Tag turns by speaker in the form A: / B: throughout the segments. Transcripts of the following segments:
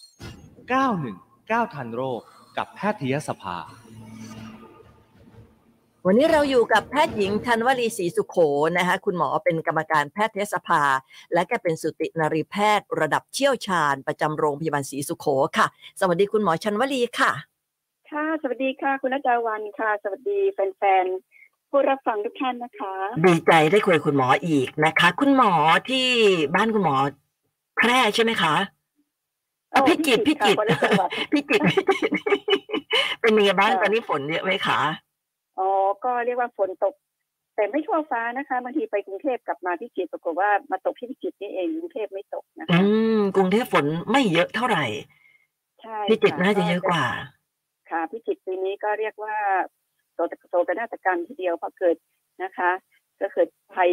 A: 919 ทันโรคกับแพทยสภา
B: วันนี้เราอยู่กับแพทย์หญิงธันวลีศรีสุขโขนะคะคุณหมอเป็นกรรมการแพทยสภา และก็เป็นสุตินรีแพทย์ระดับเชี่ยวชาญประจำโรงพยาบาลศรีสุขโขค่ะ สวัสดีคุณหมอชันวลีค่ะ
C: ค่ะ สวัสดีค่ะ คุณนัดดาวันค่ะ สวัสดีแฟนๆ ผู้รับฟังทุกท่านนะคะ
B: ดีใจได้คุยกับคุณหมออีกนะคะ คุณหมอที่บ้านคุณหมอแพร่ใช่ไหมคะเอ่อ
C: โอ้
B: พิจิตร
C: พิ
B: พิ
C: จิ
B: จิตร
C: ตรค่ะคนละจังหวัด
B: พิจิตรพิจิตร เป็นยังไงบ้าง
C: ค่ะ
B: ตอนนี้ฝนเยอะไหมคะ
C: อ๋อ ก็เรียกว่าฝนตก แต่ไม่ทั่วฟ้านะคะบางทีไปกรุงเทพกลับมาพิจิตรปรากฏว่ามาตกที่พิจิตรนี่เองกรุงเทพไม่ตกนะ
B: อื
C: คะ
B: มกรุงเทพฝนไม่เยอะเท่าไหร่
C: ใช่
B: พิจิตร
C: ค่
B: น่าจะเยอะกว่า
C: ค่ะพิจิตรปีนี้ก็เรียกว่าโศกโศกนาฏกรรมทีเดียวเพราะเกิดนะคะ ก็เกิดภัย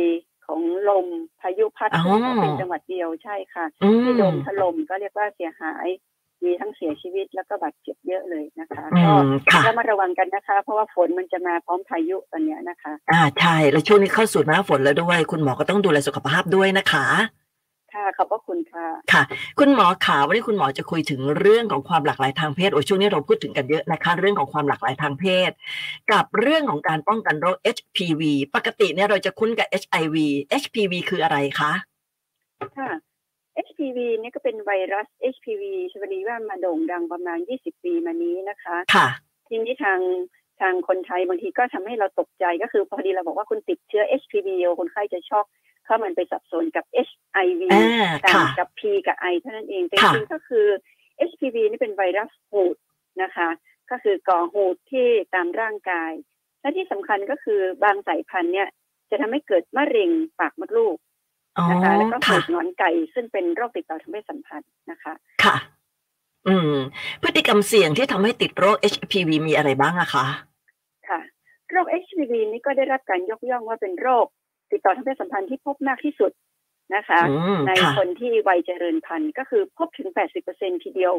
C: ของลมพายุพัด
B: อ๋อ
C: เป็นจังหวัดเดียวใช่ค่ะ
B: อื
C: ที่โด
B: ม
C: นถล่มก็เรียกว่าเสียหาย มีทั้งเสียชีวิตแล้วก็บาดเจ็บเยอะเลยนะคะ
B: อื
C: ก็
B: มค่ะ
C: ระมัดระวังกันนะคะ เพราะว่าฝนมันจะมาพร้อมพายุตอนเนี้ยนะคะ
B: อ่าใช่แล้วช่วงนี้เข้าสู่หน้าฝนแล้วด้วย คุณหมอก็ต้องดูแลสุขภาพด้วยนะคะ
C: ค่ะขอบพระคุณค่ะ
B: คุณหมอขาวันนี้คุณหมอจะคุยถึงเรื่องของความหลากหลายทางเพศโอ้ยช่วงนี้เราพูดถึงกันเยอะนะคะ เรื่องของความหลากหลายทางเพศ กับเรื่องของการป้องกันโรค HPV ปกติเนี่ยเราจะคุ้นกับ HIV HPV คืออะไรคะ
C: ค่ะ HPV เนี่ยก็เป็นไวรัส HPV ชวนีว่ามาโด่งดังประมาณ 20 ปีมานี้นะคะ
B: ค่ะ
C: ทีนี้ทางทางคนไทยบางทีก็ทำให้เราตกใจก็คือพอดีเราบอกว่าคุณติดเชื้อ HPV โอ้คนไข้จะช็อกเข้ามันไปสับสนกับ HIV
B: อ่า
C: ต่าง
B: ค่ะ
C: กับ P กับ I เท่านั้นเองแต่
B: ค่ะ
C: จริงๆก็คือ HPV นี่เป็นไวรัสหูดนะคะ ก็คือก่อหูดที่ตามร่างกาย และที่สำคัญก็คือบางสายพันธุ์เนี่ยจะทำให้เกิดมะเร็งปากมดลูก
B: อ๋อ
C: นะคะ แล้วก็เกิ
B: ค่ะ
C: ดหนอนไก่ ซึ่งเป็นโรคติดต่อทางเพศสัมพันธ์นะคะ
B: ค่ะ อืม พฤติกรรมเสี่ยงที่ทำให้ติดโรค HPV มีอะไรบ้างอะคะ
C: ค่ะโรค HPV นี่ก็ได้รับการยกย่องว่าเป็นโรค ติดต่อทางเพศสัมพันธ์ที่พบมากที่สุดนะคะ
B: อืม
C: ใน
B: ค่ะ
C: คนที่วัยเจริญพันธุ์ก็คือพบถึง 80%ทีเดียว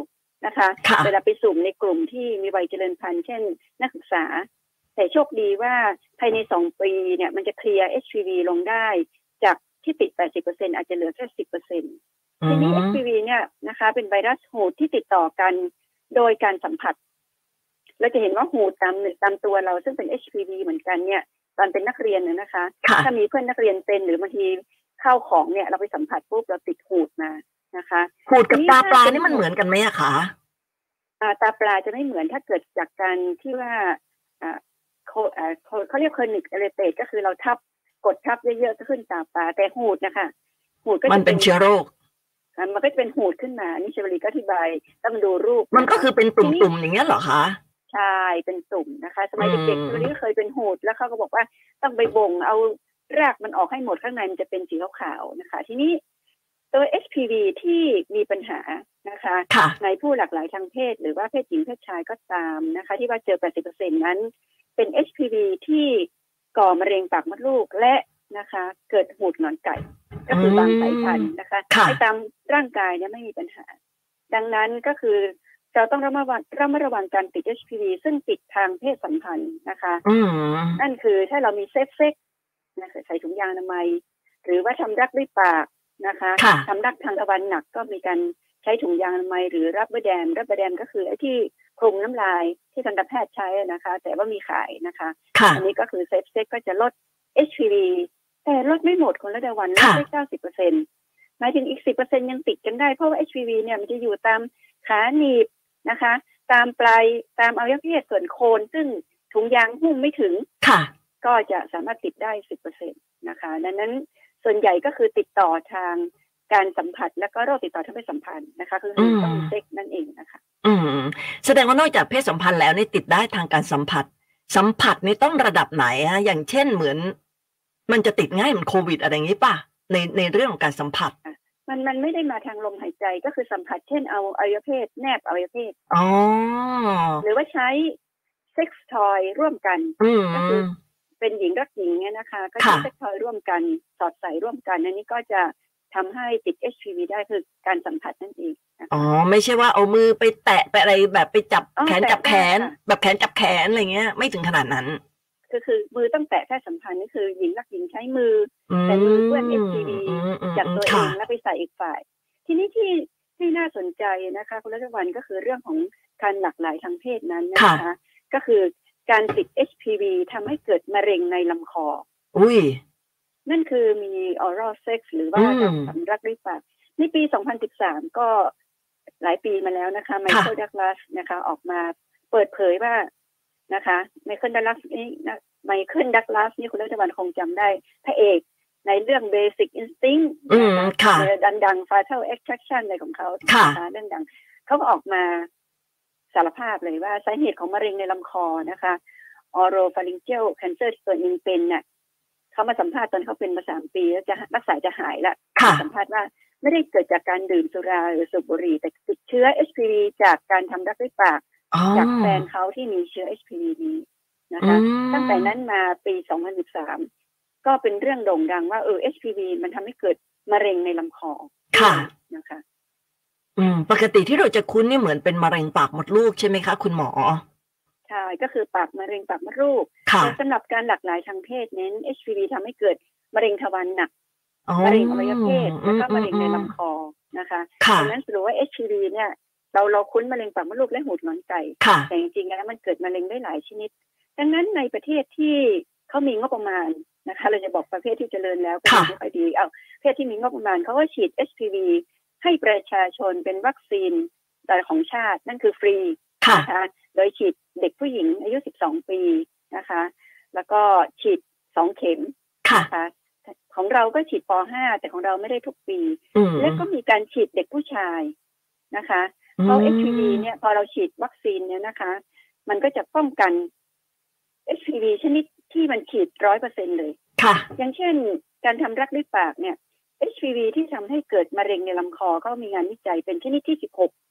C: นะคะ
B: ค่ะ
C: เวลาไปสุ่มในกลุ่มที่มีวัยเจริญพันธุ์เช่น นักศึกษา แต่โชคดีว่าภายใน 2 ปีเนี่ยมันจะเคลียร์ HPV ลงได้ จากที่ติด 80%อาจจะเหลือแค่ 10% ทีนี้
B: อืม
C: HPV เนี่ยนะคะ เป็นไวรัสหูดที่ติดต่อกันโดยการสัมผัส เราจะเห็นว่าหูดตามตามตัวเราซึ่งเป็น HPV เหมือนกันเนี่ยตอนเป็นนักเรียนน่ะนะคะ
B: ค่ะ
C: ถ้ามีเพื่อนนักเรียนเป็นหรือบางทีเข้าของเนี่ย เราไปสัมผัสปุ๊บเราติดหูดมานะคะ
B: หูดกับตาปลา
C: ทีนี้
B: นี่มันเหมือนกันไหมอะคะ
C: อ่าตาปลาจะไม่เหมือนถ้าเกิดจากการที่ว่าอ่าโคอ่าโคเขาเรียกคนิกเอเลเตก็คือเราทับกดทับเยอะๆก็ขึ้นตาปลาแต่หูดนะคะหูดก็จะ
B: มันเป็นเชื้อโรค
C: อ่ะมันก็จะเป็นหูดขึ้นมา นี่เชวลีก็อธิบายต้องดูรูป
B: มันก็คือเป็นตุ่มๆอย่างเงี้ยเหรอคะ
C: ใช่เป็นตุ่มนะคะ สมัย
B: อืม
C: เด็กๆเชวลีก็เคยเป็นหูดแล้วเขาก็บอกว่าต้องไปบ่งเอารากมันออกให้หมดข้างในมันจะเป็นสีขาวๆนะคะ ทีนี้ตัว HPV ที่มีปัญหานะคะ
B: ค่ะ
C: ในผู้หลากหลายทางเพศ หรือว่าเพศหญิงเพศชายก็ตามนะคะ ที่ว่าเจอ 80%นั้น เป็น HPV ที่ก่อมะเร็งปากมดลูกและนะคะ เกิดหูดหนอนไก่ ก็คืออ
B: ม
C: บางสายพันธุ์นะคะ
B: ค่ะ
C: ไอ้ตามร่างกายเนี่ยไม่มีปัญหา ดังนั้นก็คือเราต้องระมัดระวังระมัดระวังการติด HPV ซึ่งติดทางเพศสัมพันธ์นะคะ
B: อืม
C: นั่นคือถ้าเรามีเซฟเซ็กซ์นะคะใส่ถุงยางอนามัย หรือว่าทำรักด้วยปากนะคะ
B: ค่ะ
C: ทำรักทางทวารหนักก็มีการใช้ถุงยางอนามัยหรือรับเบอร์แดมรับเบอร์แดมก็คือไอ้ที่คลุมน้ำลายที่ทันตแพทย์ใช้นะคะ แต่ว่ามีขายนะคะ
B: ค่ะ
C: อันนี้ก็คือเซฟเซ็กก็จะลด HPV แต่ลดไม่หมดคนละดาวันลด
B: ค่ะ
C: ได้เก้าสิบเปอร์เซ็นต์หมายถึงอีกสิบเปอร์เซ็นยังติดกันได้เพราะว่า HPV เนี่ยมันจะอยู่ตามขาหนีบนะคะ ตามปลายตามอวัยวะเพศส่วนโคน ซึ่งถุงยางหุ้มไม่ถึง
B: ค่ะ
C: ก็จะสามารถติดได้สิบเปอร์เซ็นตนะคะดังนั้นส่วนใหญ่ก็คือติดต่อทางการสัมผัส และก็โรคติดต่อทางเพศสัมพันธ์นะคะ คือคือต้
B: อื
C: อง
B: ม
C: เซ็กนั่นเองนะคะ
B: อืม แสดงว่านอกจากเพศสัมพันธ์แล้วนี่ติดได้ทางการสัมผัส สัมผัสนี่ต้องระดับไหนอะอย่างเช่นเหมือน มันจะติดง่ายเหมือนโควิดอะไรอย่างนี้ป่ะ ในในเรื่องของการสัมผัส
C: มันมันไม่ได้มาทางลมหายใจก็คือสัมผัสเช่นเอาอวัยวะเพศแนบอวัยวะเพศ
B: อ๋อ
C: หรือว่าใช้เซ็กซ์ทอยร่วมกัน
B: อืม
C: เป็นหญิงรักหญิงเนี่ยนะคะ ก็
B: ค่ะ
C: ใช้เซ็กซ์ทอยร่วมกันสอดใส่ร่วมกันอันนี้ก็จะทำให้ติด HPV ได้คือการสัมผัสนั่นเองนะคะ
B: อ๋อ ไม่ใช่ว่าเอามือไปแตะไปอะไรแบบไปจับ
C: อ๋อ
B: แขนจับแขน
C: แตะได้ค่ะ
B: แบบแขนจับแขนอะไรเงี้ย ไม่ถึงขนาดนั้น
C: คือคือมือต้องแตะแค่สัมพันธ์นี่คือหญิงรักหญิงใช้มือ
B: อืม
C: แต่มือเปื้อน STD
B: มมม
C: จากตัวเอ
B: ค่ะ
C: งแล้วไปใส่อีกฝ่าย ทีนี้ที่ ที่น่าสนใจนะคะคุณรัชวันก็คือเรื่องของการหลากหลายทางเพศนั้นนะคะ ก็คือการติด HPV ทำให้เกิดมะเร็งในลำคอ
B: อุ้ย
C: นั่นคือมี oral sex หรือว่า
B: อืม
C: การสำรักด้วยปากในปี 2013 ก็หลายปีมาแล้วนะคะไมเคิลดักลาสนะคะ ออกมาเปิดเผยว่านะคะไมเคิลดักลาสนี่นะไมเคิลดักลาสนี่คุณรัชวันคงจำได้พระเอกในเรื่อง Basic Instinct
B: อืมค่ะ
C: ดังดังๆ Fatal Attraction อะไรของเขา
B: ค่ะ
C: นเรื่องดังเขาก็ออกมาสารภาพเลยว่าสาเหตุของมะเร็งในลำคอนะคะ ออโรฟาริงเจลแคนเซอร์ที่ตัวเองเป็นน่ะเขามาสัมภาษณ์ตอนเขาเป็นมาสามปีแล้วจะรักษาจะหายละ
B: ค่ะ
C: สัมภาษณ์ว่าไม่ได้เกิดจากการดื่มสุราหรือสูบบุหรี่แต่ติดเชื้อ HPV จากการทำรักด้วยปาก
B: อ๋อ
C: จากแฟนเขาที่มีเชื้อ HPV นี้นะคะ
B: อืม
C: ตั้งแต่นั้นมาปี 2013 ก็เป็นเรื่องโด่งดังว่าเออ HPV มันทำให้เกิดมะเร็งในลำคอ
B: ค่ะ
C: นะคะ
B: อืม ปกติที่เราจะคุ้นเนี่ยเหมือนเป็นมะเร็งปากมดลูกใช่ไหมคะคุณหมอ
C: ใช่ ก็คือปากมะเร็งปากมดลูก
B: ค่ะ
C: แต่สำหรับการหลากหลายทางเพศเน้น HPV ทำให้เกิดมะเร็งทวารหนัก
B: อ๋อ
C: มะเร็งอวัยวะเพศแล้วก็มะเร็งใน
B: อืม
C: ลำคอนะคะ
B: ค่ะ
C: ดังนั้นสรุปว่า HPV เนี่ยเราเราคุ้นมะเร็งปากมดลูกและหูดหงอนไก่
B: ค่ะ
C: แต่จริงๆแล้วมันเกิดมะเร็งได้หลายชนิด ดังนั้นในประเทศที่เขามีงบประมาณนะคะ เราจะบอกประเภทที่เจริญแล้วก็
B: ค่ะ
C: ไม่ค่อยดีเอาประเทศที่มีงบประมาณเขาก็ฉีด HPV ให้ประชาชนเป็นวัคซีนแต่ของชาตินั่นคือฟรี
B: ค่ะ
C: นะคะโดยฉีดเด็กผู้หญิงอายุ 12 ปีนะคะ แล้วก็ฉีด 2 เข็ม
B: ค่ะ
C: นะคะของเราก็ฉีดป .5 แต่ของเราไม่ได้ทุกปี
B: อืม
C: แล้วก็มีการฉีดเด็กผู้ชายนะคะ เพราะ HPV เนี่ยพอเราฉีดวัคซีนเนี่ยนะคะ มันก็จะป้องกัน HPV ชนิดที่มันฉีดร้อยเปอร์เซ็นเลย
B: ค่ะ
C: อย่างเช่น การทำรักด้วยปากเนี่ย HPV ที่ทำให้เกิดมะเร็งในลำคอก็มีงานวิจัยเป็นชนิดที่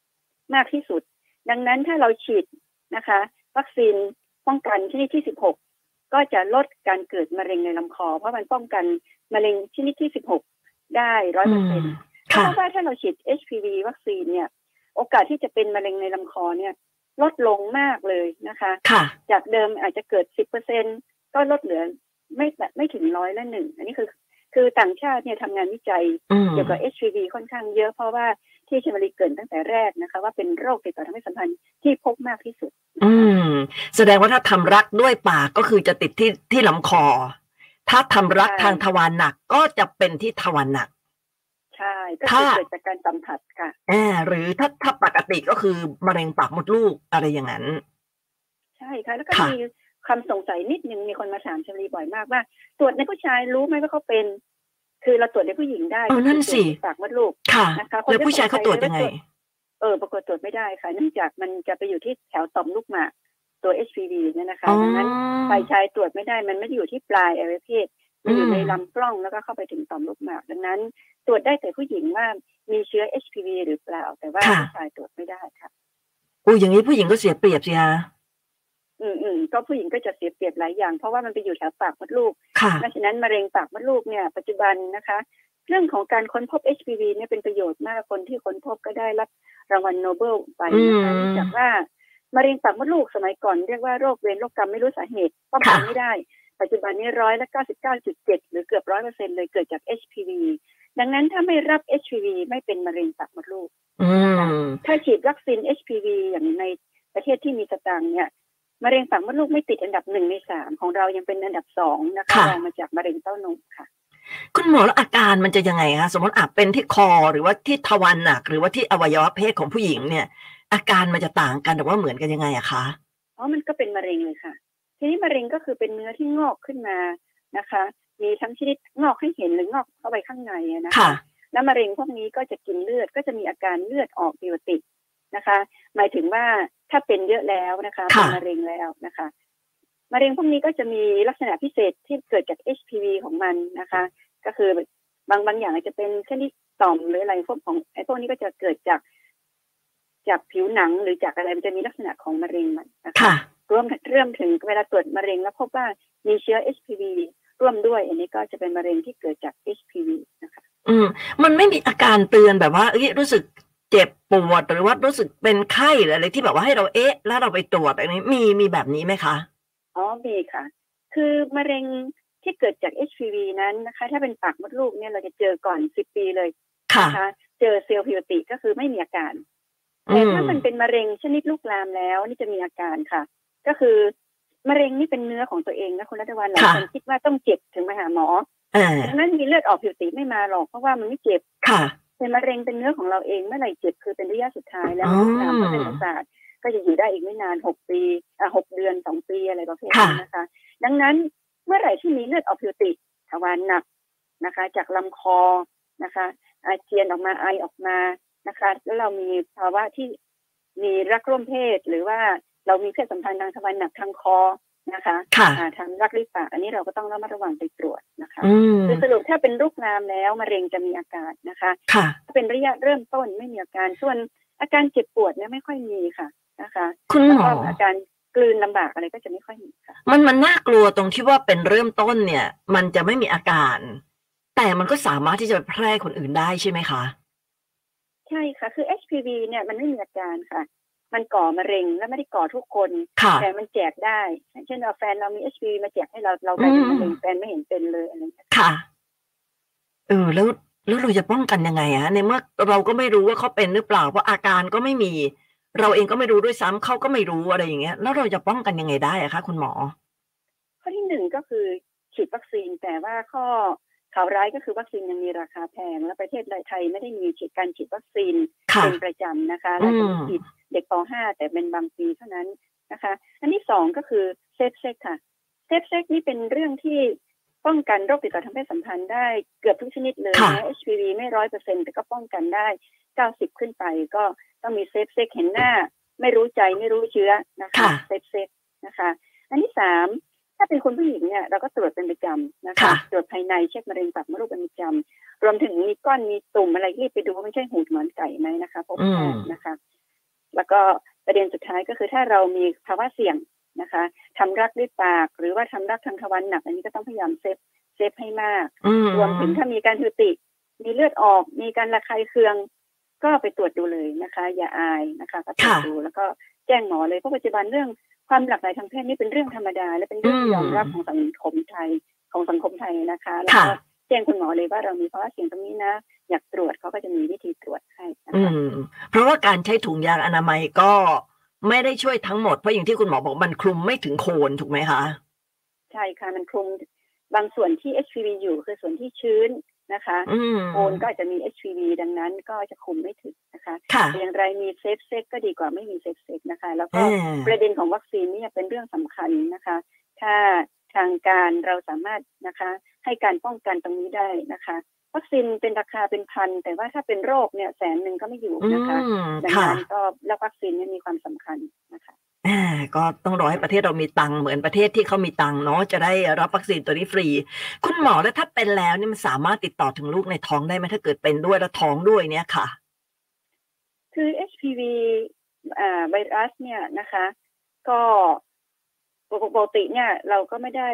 C: 16 มากที่สุด ดังนั้นถ้าเราฉีดนะคะ วัคซีนป้องกันชนิดที่ 16 ก็จะลดการเกิดมะเร็งในลำคอ เพราะมันป้องกันมะเร็งชนิดที่ 16 ได้ร้อย
B: อื
C: เปอร์
B: ม
C: เซ็นต์ เพ
B: ค่ะ
C: ราะว่าถ้าเราฉีด HPV วัคซีนเนี่ย โอกาสที่จะเป็นมะเร็งในลำคอเนี่ย ลดลงมากเลยนะคะ
B: ค่ะ
C: จากเดิมอาจจะเกิด 10%ก็ลดเหลือไม่ไม่ถึงร้อยละหนึ่ง อันนี้คือคือต่างชาติเนี่ยทำงานวิจัย
B: อืม
C: เกี่ยวกับ HPV ค่อนข้างเยอะเพราะว่าที่เชมรีเกรินตั้งแต่แรกนะคะ ว่าเป็นโรคติดต่อทางเพศสัมพันธ์ที่พบมากที่สุด
B: อืม แสดงว่าถ้าทำรักด้วยปากก็คือจะติดที่ที่ลำคอ ถ้าทำรัก
C: ใช่
B: ทางทวารหนักก็จะเป็นที่ทวารหนัก
C: ใช่ ก็คือ
B: ค่ะ
C: เกิดจากการสัมผัสค่ะ
B: อ่าหรือถ้าถ้าปกติก็คือมะเร็งปากมดลูกอะไรอย่างนั้น
C: ใช่ค่ะ แล้วก็
B: ค่ะ
C: มีความสงสัยนิดนึงมีคนมาถามเชมรีบ่อยมากว่า ตรวจในผู้ชายรู้ไหมว่าเขาเป็น คือเราตรวจในผู้หญิงได้
B: เออนั่นสิ
C: ตรวจที่ปากมดลูก
B: ค่ะ
C: นะคะคน
B: แล้วผู้ชายเขาตรวจยังไง
C: ที่สงสัย เออปรากฏตรวจไม่ได้ค่ะเนื่องจากมันจะไปอยู่ที่แถวต่อมลูกหมากตัว HPV เนี่ยนะคะ
B: อ๋อ
C: ดังนั้นฝ่ายชายตรวจไม่ได้มันไม่ได้อยู่ที่ปลายอวัยวะเพศมันอยู่ในลำกล้องแล้วก็เข้าไปถึงต่อมลูกหมากดังนั้น ตรวจได้แต่ผู้หญิงว่ามีเชื้อ HPV หรือเปล่า แต่ว่า
B: ค่ะ
C: ผู้ชายตรวจไม่ได้ค่ะ
B: อุ้ยอย่างนี้ผู้หญิงก็เสียเปรียบสิฮะ
C: อืมอืมก็ผู้หญิงก็จะเสียเปรียบหลายอย่าง เพราะว่ามันไปอยู่แถวปากมดลูก
B: ค่ะ
C: เพราะฉะนั้นมะเร็งปากมดลูกเนี่ยปัจจุบันนะคะ เรื่องของการค้นพบ HPV เนี่ยเป็นประโยชน์มากคนที่ค้นพบก็ได้รับรางวัลโนเบลไปนะคะ
B: อืม
C: เนื่องจากว่ามะเร็งปากมดลูกสมัยก่อน เรียกว่าโรคเวรโรคกรรมไม่รู้สาเหตุป้องกัน
B: ค่ะ
C: ไม่ได้ ปัจจุบันนี้ร้อยละเก้าสิบเก้าจุดเจ็ดหรือเกือบร้อยเปอร์เซ็นเลยเกิดจาก HPV ดังนั้นถ้าไม่รับ HPV ไม่เป็นมะเร็งปากมดลูก
B: อืม
C: ถ้าฉีดวัคซีน HPV อย่างในประเทศที่มีสตางค์เนี่ยมะเร็งปากมดลูกไม่ติดอันดับหนึ่งในสามของเรายังเป็นอันดับสองนะคะ
B: ค่ะ
C: รองมาจากมะเร็งเต้านมค่ะ
B: คุณหมอแล้วอาการมันจะยังไงคะสมมติอาจเป็นที่คอหรือว่าที่ทวารหนัก หรือว่าที่อวัยวะเพศของผู้หญิงเนี่ย อาการมันจะต่างกันหรือว่าเหมือนกันยังไงอะคะ
C: เพราะมันก็เป็นมะเร็งเลยค่ะ ทีนี้มะเร็งก็คือเป็นเนื้อที่งอกขึ้นมานะคะ มีทั้งชนิดงอกให้เห็นหรืองอกเข้าไปข้างในอะนะคะ
B: ค่ะ
C: แล้วมะเร็งพวกนี้ก็จะกินเลือดก็จะมีอาการเลือดออกผิดปกตินะคะ หมายถึงว่าถ้าเป็นเยอะแล้วนะคะ
B: ค่ะ
C: เป็นมะเร็งแล้วนะคะมะเร็งพวกนี้ก็จะมีลักษณะพิเศษที่เกิดจาก HPV ของมันนะคะ ก็คือบางบางอย่างอาจจะเป็นชนิดต่อมหรืออะไรพวกของไอ้พวกนี้ก็จะเกิดจากจากผิวหนังหรือจากอะไรมันจะมีลักษณะของมะเร็งมันนะคะ
B: ค่ะ
C: รวมเรื่องถึงเวลาตรวจมะเร็งแล้วพบว่ามีเชื้อ HPV ร่วมด้วย อันนี้ก็จะเป็นมะเร็งที่เกิดจาก HPV นะคะ
B: อืม มันไม่มีอาการเตือนแบบว่าเอ้ยรู้สึกเจ็บปวดหรือว่ารู้สึกเป็นไข้หรืออะไรที่แบบว่าให้เราเอ๊ะ แล้วเราไปตรวจอันนี้มีมีแบบนี้ไหมคะ
C: อ๋อมีค่ะ คือมะเร็งที่เกิดจาก HPV นั้นนะคะ ถ้าเป็นปากมดลูกเนี่ยเราจะเจอก่อน 10 ปีเลย
B: ค่ะ
C: นะคะ เจอเซลล์ผิวปกติก็คือไม่มีอาการ
B: อื
C: แต่ถ้ามันเป็นมะเร็งชนิดลุกลามแล้วนี่จะมีอาการค่ะ ก็คือมะเร็งนี่เป็นเนื้อของตัวเองนะคุณรัตวันหลายคนคิดว่าต้องเจ็บถึงมาหาหมอ
B: เออ
C: ดังนั้นมีเลือดออกผิวตีไม่มาหรอกเพราะว่ามันไม่เจ็บ
B: ค่ะ
C: เป็นมะเร็งเป็นเนื้อของเราเองเมื่อไหร่เจ็บคือเป็นระยะสุดท้ายแล้ว
B: อ๋อ
C: ตามพัฒนาศาสตร์ก็จะอยู่ได้อีกไม่นานหกปีอ่ะหกเดือนสองปีอะไรประเภทนี้นะคะ ดังนั้นเมื่อไหร่ที่มีเลือดออกผิวติทวารหนักนะคะ จากลำคอนะคะ อาเจียนออกมาไอออกมานะคะ แล้วเรามีภาวะที่มีรักร่วมเพศ หรือว่าเรามีเพศสัมพันธ์ทางทวารหนักทางคอนะคะ
B: ค่ะ
C: อ่าทางรักริปากอันนี้เราก็ต้องระมัดระวังไปตรวจนะคะ
B: อืม
C: คือสรุปถ้าเป็นลูกลามแล้วมะเร็งจะมีอาการนะคะ
B: ค่ะ
C: ถ้าเป็นระยะเริ่มต้นไม่มีอาการส่วนอาการเจ็บปวดเนี่ยไม่ค่อยมีค่ะนะคะ
B: คุณ
C: แล้ว
B: หม
C: ก็
B: อ
C: อาการกลืนลำบากอะไรก็จะไม่ค่อยมีค่ะ
B: มันมันน่ากลัวตรงที่ว่าเป็นเริ่มต้นเนี่ย มันจะไม่มีอาการ แต่มันก็สามารถที่จะไปแพร่คนอื่นได้ใช่ไหมคะ
C: ใช่ค่ะ คือ HPV เนี่ยมันไม่มีอาการค่ะ มันก่อมะเร็งและไม่ได้ก่อทุกคน
B: ค่ะ
C: แต่มันแจกได้ เช่นเราแฟนเรามี HPV มาแจกให้เรา เรากลายเป็นมะเร็ง
B: อืม
C: แฟนไม่เห็นเป็นเลยอะไรอย่างเงี้ย
B: ค่ะ เออ แล้วแล้วเราจะป้องกันยังไงอะในเมื่อเราก็ไม่รู้ว่าเขาเป็นหรือเปล่าเพราะอาการก็ไม่มี เราเองก็ไม่รู้ด้วยซ้ำเขาก็ไม่รู้อะไรอย่างเงี้ย แล้วเราจะป้องกันยังไงได้อะคะคุณหมอ
C: ข้อที่หนึ่งก็คือฉีดวัคซีน แต่ว่าข้อข่าวร้ายก็คือวัคซีนยังมีราคาแพง และประเทศไทยไม่ได้มีฉีดการฉีดวัคซีน
B: ค่ะ
C: เป็นประจำนะคะ
B: อื
C: เรา
B: ม
C: จะฉีดเด็กป .5 แต่เป็นบางปีเท่านั้นนะคะ อันที่สองก็คือเซฟเซ็กค่ะ เซฟเซ็กนี่เป็นเรื่องที่ป้องกันโรคติดต่อทางเพศสัมพันธ์ได้เกือบทุกชนิดเลย
B: ค่ะ
C: นะ HPV ไม่ร้อยเปอร์เซ็นต์แต่ก็ป้องกันได้ 90 ขึ้นไปก็ต้องมีเซฟเซ็กเห็นหน้า ไม่รู้ใจไม่รู้เชื้อนะคะ
B: ค่ะ
C: เซฟเซ็กนะคะ อันที่สามถ้าเป็นคนผู้หญิงเนี่ยเราก็ตรวจเป็นประจำนะคะ
B: ค่ะ
C: ตรวจภายในเช็คมะเร็งตับมดลูกเป็นประจำรวมถึงมีก้อนมีตุ่มอะไรรีบไปดูว่ามันใช่หูหนอนไก่ไหมนะคะพบแพทย์นะคะ แล้วก็ประเด็นสุดท้ายก็คือถ้าเรามีภาวะเสี่ยงนะคะทำรักด้วยปาก หรือว่าทำรักทางทวารหนัก อันนี้ก็ต้องพยายามเซฟเซฟให้มาก
B: อืม
C: รวมถึงถ้ามีการทุติ มีเลือดออก มีการระคายเคือง ก็ไปตรวจดูเลยนะคะ อย่าอายนะคะก็ตรวจ
B: ค่ะ
C: ดูแล้วก็แจ้งหมอเลยเพราะปัจจุบันเรื่องความหลากหลายทางเพศนี่เป็นเรื่องธรรมดา และเป็นเรื่องที่
B: อืม
C: ยอมรับของสังคมไทยของสังคมไทยนะคะแล้ว
B: ค่ะ
C: ก็แจ้งคุณหมอเลยว่าเรามีภาวะเสี่ยงตรงนี้นะ อยากตรวจเขาก็จะมีวิธีตรวจให้นะ
B: อื
C: คะ
B: ม เพราะว่าการใช้ถุงยางอนามัยก็ไม่ได้ช่วยทั้งหมดเพราะอย่างที่คุณหมอบอกมันคลุมไม่ถึงโคนถูกไหมคะ
C: ใช่ค่ะมันคลุมบางส่วนที่ HPV อยู่คือส่วนที่ชื้นนะคะ
B: อืม
C: โอนก็อาจจะมี HPV ดังนั้นก็จะคลุมไม่ถึงนะคะ
B: ค่ะ
C: แต่อย่างไรมีเซฟเซ็กก็ดีกว่าไม่มีเซฟเซ็กนะคะ แล้ว
B: เอ
C: ก็
B: อ
C: ประเด็นของวัคซีนเนี่ยเป็นเรื่องสำคัญนะคะ ถ้าทางการเราสามารถนะคะ ให้การป้องกันตรงนี้ได้นะคะ วัคซีนเป็นราคาเป็นพัน แต่ว่าถ้าเป็นโรคเนี่ยแสนหนึ่งก็ไม่อยู่
B: อื
C: นะคะ
B: ม
C: ดัง
B: ค่ะ
C: นั้นก็แล้ววัคซีนเนี่ยมีความสำคัญนะคะ
B: อ่าก็ต้องรอให้ประเทศเรามีตังค์เหมือนประเทศที่เขามีตังค์เนาะจะได้รับวัคซีนตัวนี้ฟรี คุณหมอแล้วถ้าเป็นแล้วเนี่ยมันสามารถติดต่อถึงลูกในท้องได้ไหมถ้าเกิดเป็นด้วยแล้วท้องด้วยเนี่ยค่ะ
C: คือ HPV อ่าไวรัสเนี่ยนะคะ ก็ปกปกติเนี่ยเราก็ไม่ได้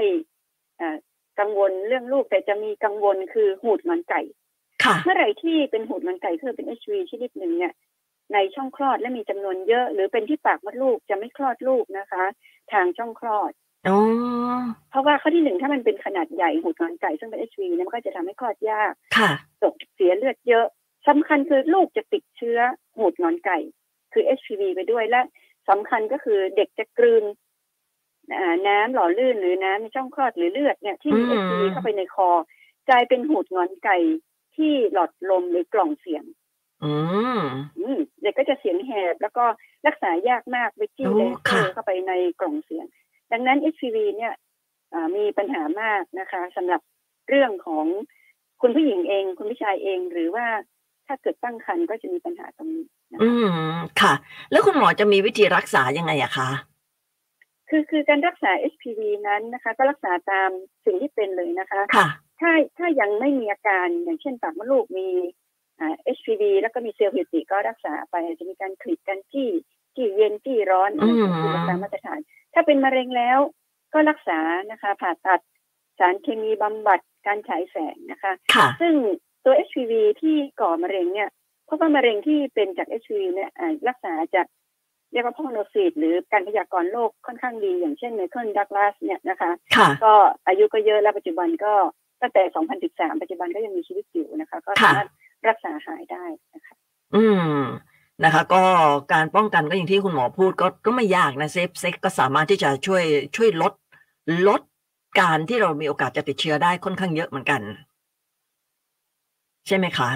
C: อ่ากังวลเรื่องลูกแต่จะมีกังวลคือหูดหนอนไก่
B: ค่ะ
C: เมื่อไหร่ที่เป็นหูดหนอนไก่คือเป็น HPV ชนิดหนึ่งเนี่ย ในช่องคลอดและมีจำนวนเยอะ หรือเป็นที่ปากมดลูกจะไม่คลอดลูกนะคะ ทางช่องคลอด
B: อ๋อ
C: เพราะว่าข้อที่หนึ่งถ้ามันเป็นขนาดใหญ่หูดหนอนไก่ซึ่งเป็น HPV เนี่ยมันก็จะทำให้คลอดยาก
B: ค่ะ
C: ตกเสียเลือดเยอะสำคัญคือลูกจะติดเชื้อหูดหนอนไก่ คือ HPV ไปด้วยและสำคัญก็คือเด็กจะกลืนอ่าน้ำหล่อลื่นหรือน้ำในช่องคลอดหรือเลือดเนี่ยที่มี
B: อืม
C: HPV เข้าไปในคอกลายเป็นหูดหนอนไก่ที่หลอดลมหรือกล่องเสียง
B: อืม
C: อืมเด็กก็จะเสียงแหบ แล้วก็รักษายากมากไปจี้เล
B: โอ้
C: เซอ
B: ค่ะ
C: ร์เข้าไปในกล่องเสียง ดังนั้น HPV เนี่ยอ่ามีปัญหามากนะคะสำหรับเรื่องของคุณผู้หญิงเอง คุณผู้ชายเองหรือว่าถ้าเกิดตั้งครรภ์ก็จะมีปัญหาตรงนี้นะ
B: อื
C: คะ
B: ม ค่ะ แล้วคุณหมอจะมีวิธีรักษายังไงอะคะ
C: คือคือการรักษา HPV นั้นนะคะ ก็รักษาตามสิ่งที่เป็นเลยนะคะ
B: ค่ะ
C: ถ้าถ้ายังไม่มีอาการอย่างเช่นปากมดลูกมีอ่า HPV แล้วก็มีเซลล์ผิวติก็รักษาไปอาจจะมีการคลิกการจี้จี้เย็นจี้ร้อน
B: อืม
C: คือตามมาตรฐาน ถ้าเป็นมะเร็งแล้วก็รักษานะคะ ผ่าตัดสารเคมีบำบัดการฉายแสงนะคะ
B: ค่ะ
C: ซึ่งตัว HPV ที่ก่อมะเร็งเนี่ยเพราะว่ามะเร็งที่เป็นจาก HPV เนี่ยอ่ารักษาจากเรียกว่าพองโนซีดหรือการพยากรณ์โรคค่อนข้างดี อย่างเช่นไมเคิลดักลาสเนี่ยนะคะ
B: ค่ะ
C: ก็อายุก็เยอะแล้วปัจจุบันก็ตั้งแต่ 2013 ปัจจุบันก็ยังมีชีวิตอยู่นะคะ ก็สามารถ รักษาหายได้นะคะ
B: อืมนะคะ ก็การป้องกันก็อย่างที่คุณหมอพูดก็ก็ไม่ยากนะเซฟเซ็กก็สามารถที่จะช่วยช่วยลดลดการที่เรามีโอกาสจะติดเชื้อได้ค่อนข้างเยอะเหมือนกัน ใช่ไหมคะ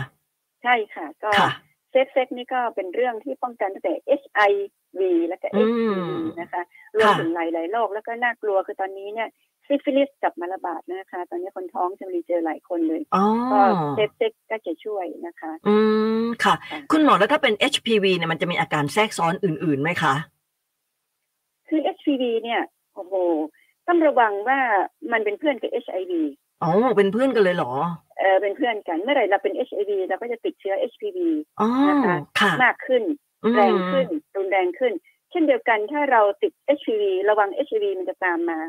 C: ใช่ค่ะ ก็
B: ค่ะ
C: เซฟเซ็กนี่ก็เป็นเรื่องที่ป้องกันตั้งแต่ HIV และก็
B: อืม
C: HPV นะคะรวมถึงหลาย ๆ โรคแล้วก็น่ากลัวคือตอนนี้เนี่ยซิฟิลิสกลับมาระบาดนะคะ ตอนนี้คนท้องจะมีเจอหลายคนเลย
B: อ๋อ
C: ก็เซฟเซ็กก็จะช่วยนะคะ
B: อืมค่ะ คุณหมอแล้วถ้าเป็น HPV เนี่ยมันจะมีอาการแทรกซ้อนอื่นๆไหมคะ
C: คือ HPV เนี่ยโอ้โหต้องระวังว่ามันเป็นเพื่อนกับ HIV
B: อ๋อเป็นเพื่อนกันเลยเหรอ
C: เออเป็นเพื่อนกันเมื่อไหร่เราเป็น HIV เราก็จะติดเชื้อ HPV
B: อ๋อค่ะ
C: มากขึ้น
B: อืม
C: แรงขึ้นรุนแรงขึ้น เช่นเดียวกันถ้าเราติด HIV ระวัง HIV มันจะตามมา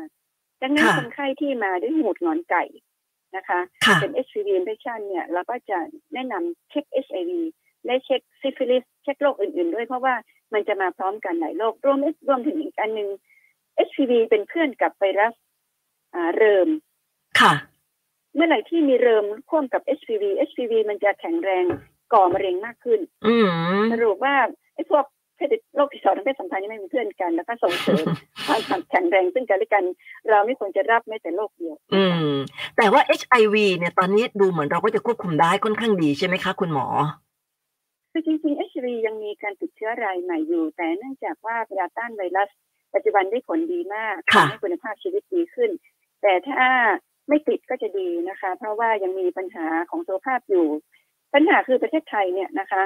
C: ดังนั้นคนไข้ที่มาด้วยหูดหงอนไก่นะคะ
B: ค่ะ
C: เป็น HIV infection เนี่ยเราก็จะแนะนำเช็ค HIV และเช็คซิฟิลิสเช็คโรคอื่นๆ ด้วยเพราะว่ามันจะมาพร้อมกันหลายโรครวมรวมถึงอีกอันหนึ่ง HPV เป็นเพื่อนกับไวรัสอ่าเริม
B: ค่ะ
C: เมื่อไหร่ที่มีเริมร่วมกับ HPV HPV มันจะแข็งแรงก่อมะเร็งมากขึ้น
B: อืม
C: สรุปว่าไอ้พวกเพศติดโรคติดต่อทางเพศสัมพันธ์นี่ไม่เป็นเพื่อนกันแล้วก็ส่งเสริม ความแข็งแรงซึ่งกันและกัน เราไม่ควรจะรับแม้แต่โรคเดียว
B: อืม แต่ว่า HIV เนี่ยตอนนี้ดูเหมือนเราก็จะควบคุมได้ค่อนข้างดีใช่ไหมคะ คุณหมอ
C: คือจริงๆ HIV ยังมีการติดเชื้อรายใหม่อยู่ แต่เนื่องจากว่าเวลาต้านไวรัส ปัจจุบันได้ผลดีมาก
B: ค่ะ
C: ทำให้คุณภาพชีวิตดีขึ้น แต่ถ้าไม่ติดก็จะดีนะคะ เพราะว่ายังมีปัญหาของสุขภาพอยู่ ปัญหาคือประเทศไทยเนี่ยนะคะ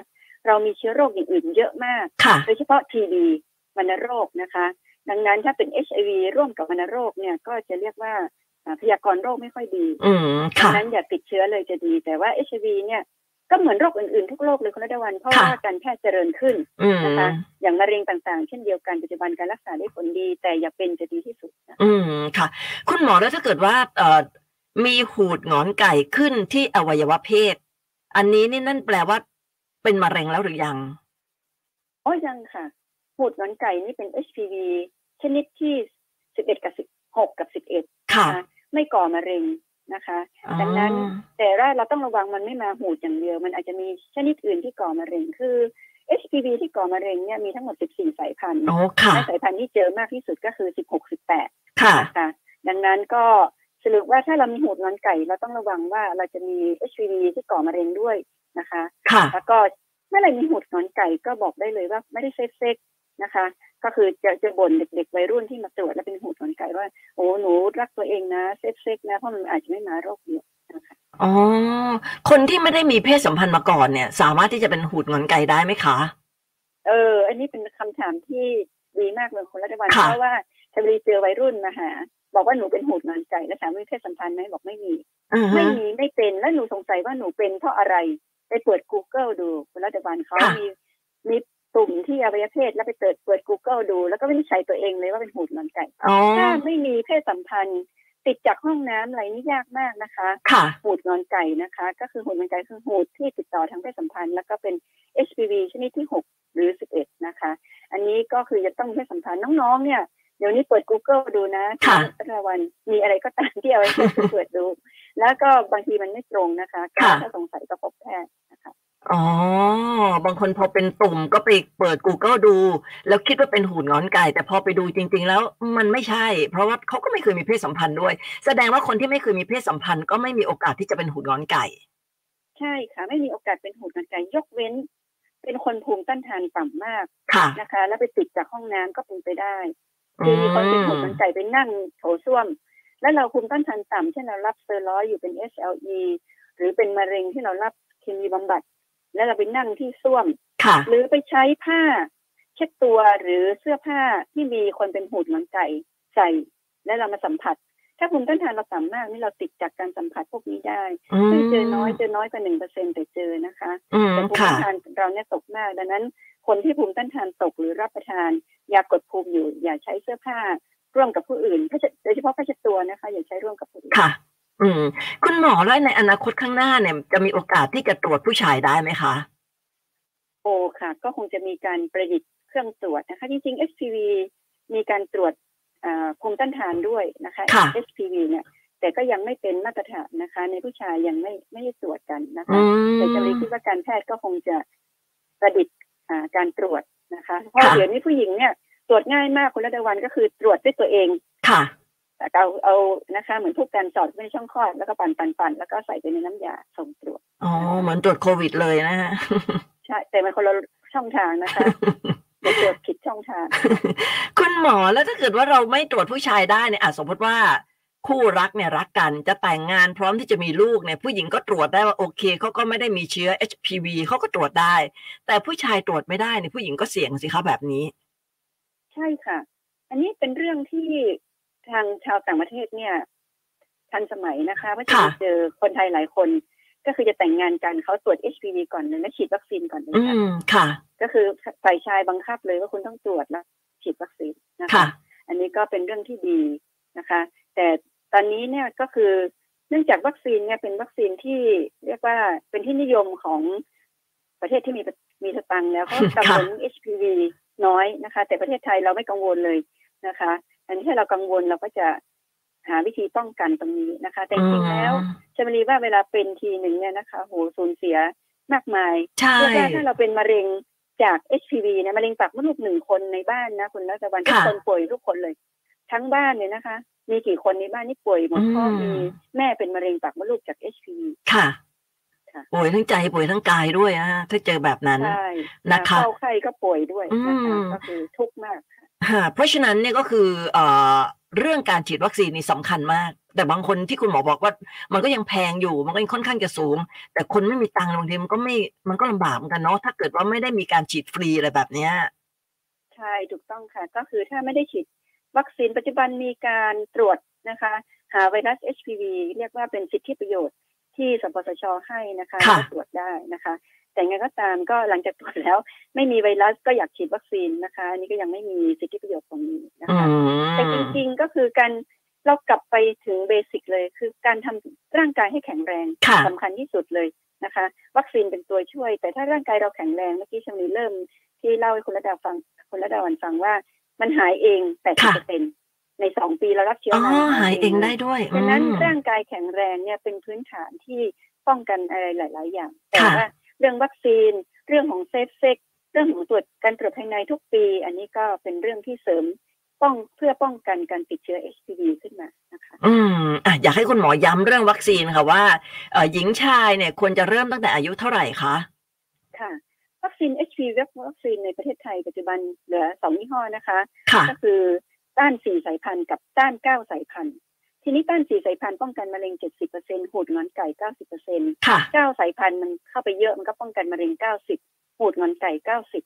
C: เรามีเชื้อโรคอย่างอื่นเยอะมาก
B: ค่ะ
C: โดยเฉพาะ TB วัณโรคนะคะ ดังนั้นถ้าเป็น HIV ร่วมกับวัณโรคเนี่ยก็จะเรียกว่าอ่าพยากรณ์โรคไม่ค่อยดี
B: อืม
C: ดั
B: ค่ะ
C: นั้นอย่าติดเชื้อเลยจะดี แต่ว่า HIV เนี่ยก็เหมือนโรคอื่นๆ ทุกโรคเลยคุณระดวันเพราะว่า
B: ค่ะ
C: การแพทย์เจริญขึ้น
B: อืม
C: นะคะ อย่างมะเร็งต่างๆ เช่นเดียวกันปัจจุบันการรักษาได้ผลดี แต่อย่าเป็นจะดีที่สุดนะ
B: อืม ค่ะ คุณหมอแล้วถ้าเกิดว่า เอ่อ มีหูดหงอนไก่ขึ้นที่อวัยวะเพศ อันนี้นี่นั่นแปลว่า เป็นมะเร็งแล้วหรือยัง
C: โอ้ยยังค่ะหูดหนอนไก่นี่เป็น HPV ชนิดที่ 11 กับ 16 กับ 11
B: ค่ะ
C: ไม่ก่อมะเร็งนะคะ ดังนั้น
B: อ๋อ
C: แต่ว่าเราต้องระวังมันไม่มาหูดอย่างเดียว มันอาจจะมีชนิดอื่นที่ก่อมะเร็ง คือ HPV ที่ก่อมะเร็งเนี่ยมีทั้งหมด 14 สายพันธุ์
B: โอ้ค่ะ
C: และสายพันธุ์ที่เจอมากที่สุดก็คือ 16 18
B: ค่ะ
C: นะคะดังนั้นก็สรุปว่าถ้าเรามีหูดนอนไก่เราต้องระวังว่าเราจะมี HPV ที่ก่อมะเร็งด้วยนะคะ
B: ค่ะ
C: แล้วก็เมื่อไหรมีหูดนอนไก่ก็บอกได้เลยว่าไม่ได้เซฟเซ็กนะคะ ก็คือจะจะบ่นเด็กๆวัยรุ่นที่มาตรวจแล้วเป็นหูดนอนไก่ว่าโอ้หนูรักตัวเองนะเซฟเซ็กนะเพราะมันอาจจะไม่มาโรคเดียวนะคะ
B: อ๋อ คนที่ไม่ได้มีเพศสัมพันธ์มาก่อนเนี่ย สามารถที่จะเป็นหูดหงอนไก่ได้ไหมคะ
C: เออ อันนี้เป็นคำถามที่ดีมากเลยคุณรัฐบาล
B: ค่ะ
C: เพราะว่าชลบุรีเจอวัยรุ่นมาหา บอกว่าหนูเป็นหูดนอนใจแล้วถามว่ามีเพศสัมพันธ์ไหมบอกไม่มี
B: อือฮึ
C: ไม่มีไม่เป็นแล้วหนูสงสัยว่าหนูเป็นเพราะอะไร ไปเปิด Google ดูคุณรัฐบาลเขา
B: ค่ะ
C: มีมีตุ่มที่อวัยวะเพศแล้วไปเปิดเปิด Google ดู แล้วก็วินิจฉัยตัวเองเลยว่าเป็นหูดนอนใจ
B: อ๋อ
C: ถ้าไม่มีเพศสัมพันธ์ ติดจากห้องน้ำอะไรนี่ยากมากนะคะ
B: ค่ะ
C: หูดนอนไก่นะคะ ก็คือหูดนอนไก่คือหูดที่ติดต่อทางเพศสัมพันธ์ แล้วก็เป็น HPV ชนิดที่ 6 หรือ 11 นะคะ อันนี้ก็คือจะต้องมีเพศสัมพันธ์น้องๆ เนี่ยเดี๋ยวนี้เปิด Google ดูนะ
B: ค่ะ
C: แต่ละวันมีอะไรก็ตามที่เอาไว้เปิดดู แล้วก็บางทีมันไม่ตรงนะคะก็ถ้าสงสัยก็พบแพทย์นะคะ
B: อ๋อ บางคนพอเป็นตุ่มก็ไปเปิด Google ดู แล้วคิดว่าเป็นหูนงอนไก่ แต่พอไปดูจริง ๆ แล้วมันไม่ใช่ เพราะว่าเขาก็ไม่เคยมีเพศสัมพันธ์ด้วย แสดงว่าคนที่ไม่เคยมีเพศสัมพันธ์ก็ไม่มีโอกาสที่จะเป็นหูนงอนไก่
C: ใช่ค่ะ ไม่มีโอกาสเป็นหูดนอนไก่ยกเว้น เป็นคนภูมิต้านทานต่ำมาก
B: ค่ะ
C: นะคะ แล้วไปติดจากห้องน้ำก็เป็นไปได้
B: อื
C: คือมีคนเป็นหู
B: ม
C: มันไก่ไปนั่งโถส้วม แล้วเราภูมิต้านทานต่ำเช่นเรารับเซอร์ร้อยอยู่เป็น SLE หรือเป็นมะเร็งที่เรารับเคมีบำบัด แล้วเราไปนั่งที่ส้วม
B: ค่ะ
C: หรือไปใช้ผ้า เช็ดตัวหรือเสื้อผ้าที่มีคนเป็นหูดมันไก่ใส่ แล้วเรามาสัมผัส ถ้าภูมิต้านทานเราต่ำมากนี่เราติดจากการสัมผัสพวกนี้ได้
B: อืม
C: ซึ่งเจอน้อยเจอน้อยกว่าหนึ่งเปอร์เซ็นต์แต่เจอนะคะ
B: อืม
C: แต่ภูมิ
B: ค่ะ
C: ต้านทานเราเนี่ยตกมาก ดังนั้น คนที่ภูมิต้านทานตกหรือรับประทานยากดภูมิอยู่ อย่าใช้เสื้อผ้าร่วมกับผู้อื่นผ้าเช็ดโดยเฉพาะผ้าเช็ดตัวนะคะ อย่าใช้ร่วมกับผู้อื่น
B: ค่ะ อืม คุณหมอแล้วในอนาคตข้างหน้าเนี่ย จะมีโอกาสที่จะตรวจผู้ชายได้ไหมคะ
C: โอค่ะ ก็คงจะมีการประดิษฐ์เครื่องตรวจนะคะ จริงๆ HPV มีการตรวจอ่าภูมิต้านทานด้วยนะคะ
B: ค่ะ
C: HPV เนี่ย แต่ก็ยังไม่เป็นมาตรฐานนะคะ ในผู้ชายยังไม่ไม่ได้ตรวจกันนะ
B: อื
C: คะ
B: ม
C: แต่จะเลยคิดว่าการแพทย์ก็คงจะประดิษฐ์อ่าการตรวจนะคะเพราะ
B: ค่ะ
C: เดี๋ยวนี้ผู้หญิงเนี่ยตรวจง่ายมากคุณระดาวันก็คือตรวจด้วยตัวเอง
B: ค่ะ
C: เอาเอานะคะ เหมือนพวกการสอดไว้ในช่องคลอดแล้วก็ปั่นปั่นปั่นแล้วก็ใส่ไปในน้ำยาส่งตรวจ
B: อ๋อ เหมือนตรวจโควิดเลยนะฮะ
C: ใช่แต่มันคนละช่องทางนะคะ จะตรวจผิดช่องทาง
B: คุณหมอแล้วถ้าเกิดว่าเราไม่ตรวจผู้ชายได้เนี่ยอ่ะสมมติว่าคู่รักเนี่ยรักกันจะแต่งงานพร้อมที่จะมีลูกเนี่ยผู้หญิงก็ตรวจได้ว่าโอเคเขาก็ไม่ได้มีเชื้อ HPV เขาก็ตรวจได้ แต่ผู้ชายตรวจไม่ได้เนี่ยผู้หญิงก็เสี่ยงสิคะแบบนี้
C: ใช่ค่ะ อันนี้เป็นเรื่องที่ทางชาวต่างประเทศเนี่ยทันสมัยนะคะเพราะจะ
B: ค่ะ
C: เจอคนไทยหลายคน ก็คือจะแต่งงานกันเขาตรวจ HPV ก่อนเลยและฉีดวัคซีนก่อนเลย
B: อื
C: ค่ะ
B: มค่ะ
C: ก็คือฝ่ายชายบังคับเลยว่าคุณต้องตรวจแล้วฉีดวัคซีนนะ
B: ค่ะ
C: คะ อันนี้ก็เป็นเรื่องที่ดีนะคะ แต่ตอนนี้เนี่ยก็คือเนื่องจากวัคซีนเนี่ยเป็นวัคซีนที่เรียกว่าเป็นที่นิยมของประเทศที่มีมีสตังค์แล้วเขากังวล HPV น้อยนะคะ แต่ประเทศไทยเราไม่กังวลเลยนะคะ อันนี้ถ้าเรากังวลเราก็จะหาวิธีป้องกันตรงนี้นะคะ แต่จริงๆแล้ว
B: อืม
C: ชมรีว่าเวลาเป็นทีหนึ่งเนี่ยนะคะโหสูญเสียมากมาย
B: ใช่
C: เรียกว่าถ้าเราเป็นมะเร็งจาก HPV นะมะเร็งปากมดลูกหนึ่งคนในบ้านนะคุณรัตวันทุกคนป่วยทุกคนเลย ทั้งบ้านเลยนะคะ มีกี่คนในบ้านที่ป่วยหมดพ่อมีแม่เป็นมะเร็งปากมดลูกจาก HPV
B: ค่ะ
C: ค่ะ
B: ป่วยทั้งใจป่วยทั้งกายด้วยนะฮะถ้าเจอแบบนั้น
C: ใช่
B: นะคะ
C: เฝ้าไข้ก็ป่วยด้วยนะคะ
B: อืม
C: ก็คือทุกข์มากค่ะ
B: ค่ะเพราะฉะนั้นเนี่ยก็คือเอ่อเรื่องการฉีดวัคซีนนี่สำคัญมาก แต่บางคนที่คุณหมอบอกว่า มันก็ยังแพงอยู่มันก็ยังค่อนข้างจะสูง แต่คนไม่มีตังค์บางทีมันก็ไม่มันก็ลำบากเหมือนกันเนาะถ้าเกิดว่าไม่ได้มีการฉีดฟรีอะไรแบบเนี้ย
C: ใช่ถูกต้องค่ะ ก็คือถ้าไม่ได้ฉีดวัคซีนปัจจุบันมีการตรวจนะคะ หาไวรัส HPV เรียกว่าเป็นสิทธิประโยชน์ที่สปสชให้นะคะ
B: ค่ะ
C: ก็ตรวจได้นะคะ แต่ไงก็ตามก็หลังจากตรวจแล้ว ไม่มีไวรัสก็อยากฉีดวัคซีนนะคะ อันนี้ก็ยังไม่มีสิทธิประโยชน์ตรงนี้นะ
B: อื
C: คะ แต่
B: ม
C: จริงๆก็คือการเรากลับไปถึงเบสิกเลย คือการทำร่างกายให้แข็งแรง
B: ค่ะ
C: สำคัญที่สุดเลยนะคะ วัคซีนเป็นตัวช่วย แต่ถ้าร่างกายเราแข็งแรงเมื่อกี้ชมลีเริ่มที่เล่าให้คุณระดาฟังคุณระดาวันฟังว่า มันหายเองแปดสิบ
B: ค่ะ
C: เปอร์เซ็นต์ในสองปีเรารับเชื้อ
B: อ๋อ
C: มา
B: หายเองได้ด้วย
C: ดังนั้น
B: อืม
C: ร่างกายแข็งแรงเนี่ยเป็นพื้นฐานที่ป้องกันอะไรหลาย ๆ อย่าง แต่
B: ค่ะ
C: ว่าเรื่องวัคซีน เรื่องของเซฟเซ็กเรื่องของตรวจการตรวจภายในทุกปี อันนี้ก็เป็นเรื่องที่เสริม ป้องเพื่อป้องกันการติดเชื้อ HPV ขึ้นมานะคะ
B: อืมอ่ะอยากให้คุณหมอย้ำเรื่องวัคซีนค่ะว่าเอ่อหญิงชายเนี่ยควรจะเริ่มตั้งแต่อายุเท่าไหร่คะ
C: ค่ะ วัคซีน HPV วัคซีนในประเทศไทยปัจจุบันเหลือสองยี่ห้อนะคะ
B: ค่ะ
C: ก็คือต้านสี่สายพันธุ์กับต้านเก้าสายพันธุ์ทีนี้ต้านสี่สายพันธุ์ป้องกันมะเร็งเจ็ดสิบเปอร์เซ็นต์หูดงอนไก่เก้าสิบเปอร์เซ็นต์
B: ค่ะ
C: เก้าสายพันธุ์มันเข้าไปเยอะมันก็ป้องกันมะเร็งเก้าสิบหูดงอนไก่เก้าสิบ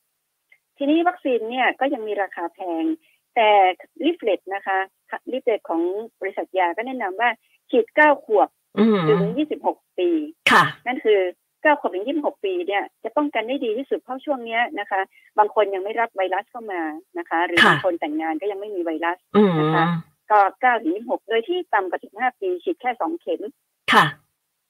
C: ทีนี้วัคซีนเนี่ยก็ยังมีราคาแพง แต่ลิฟเลตนะคะลิฟเลตของบริษัทยาก็แนะนำว่าฉีดเก้าขวบ
B: อืม
C: ถึงยี่สิบหกปี
B: ค่ะ
C: นั่นคือ9ขวบถึง26 ปีเนี่ยจะป้องกันได้ดีที่สุดเพราะช่วงเนี้ยนะคะ บางคนยังไม่รับไวรัสเข้ามานะคะ หรือ
B: ค่ะ
C: บางคนแต่งงานก็ยังไม่มีไวรัส
B: อืม
C: นะคะ ก็9ถึง26 โดยที่ต่ำกว่า15 ปีฉีดแค่ 2 เข็ม
B: ค่ะ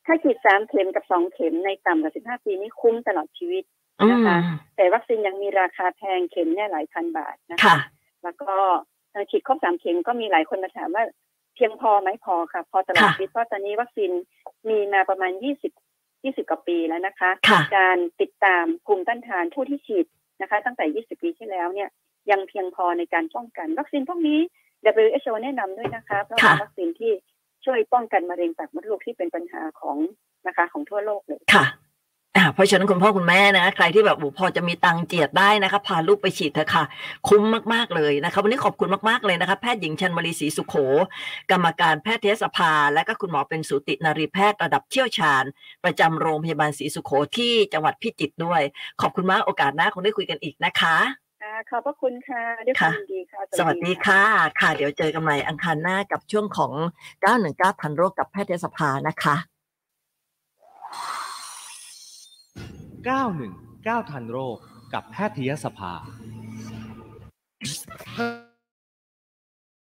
C: ถ้าฉีด 3 เข็มกับ 2 เข็มในต่ำกว่า15 ปีนี้คุ้มตลอดชีวิต
B: อืม
C: นะคะ แต่วัคซีนยังมีราคาแพงเข็มเนี่ยหลายพันบาทนะคะ
B: ค่ะ
C: แล้วก็เอ่อฉีดครบสามเข็มก็มีหลายคนมาถามว่าเพียงพอไหมพอค่ะ พอตลอด
B: ค่ะ
C: ชีวิตเพราะตอนนี้วัคซีนมีมาประมาณยี่สิบยี่สิบกว่าปีแล้วนะคะ
B: ค่ะ
C: การติดตามภูมิต้านทานผู้ที่ฉีดนะคะ ตั้งแต่ 20 ปีที่แล้วเนี่ยยังเพียงพอในการป้องกัน วัคซีนพวกนี้ WHO แนะนำด้วยนะคะ เพราะ
B: ค่ะ
C: เป็นวัคซีนที่ช่วยป้องกันมะเร็งปากมดลูกที่เป็นปัญหาของนะคะของทั่วโลกเลย
B: ค่ะอ่าเพราะฉะนั้นคุณพ่อคุณแม่นะ ใครที่แบบโอ้พอจะมีตังค์เจียดได้นะคะ พาลูกไปฉีดเถอะค่ะ คุ้มมาก ๆ เลยนะคะวันนี้ขอบคุณมาก ๆ เลยนะคะ แพทย์หญิงชันมรีศรีสุโข กรรมการแพทยสภา และก็คุณหมอเป็นสูตินารีแพทย์ระดับเชี่ยวชาญ ประจำโรงพยาบาลศรีสุโขที่จังหวัดพิจิตรด้วย ขอบคุณมากโอกาสหน้าคงได้คุยกันอีกนะคะ
C: ค่ะขอบพระคุณค่ะด้วยความ
B: ค่ะ
C: ยินดีค่ะ
B: สวัสดีค่ะ ค่ะ เดี๋ยวเจอกันใหม่อังคารหน้ากับช่วงของ 919ทันโรคกับแพทยสภานะคะ
A: 919ทันโรคกับแพทยสภา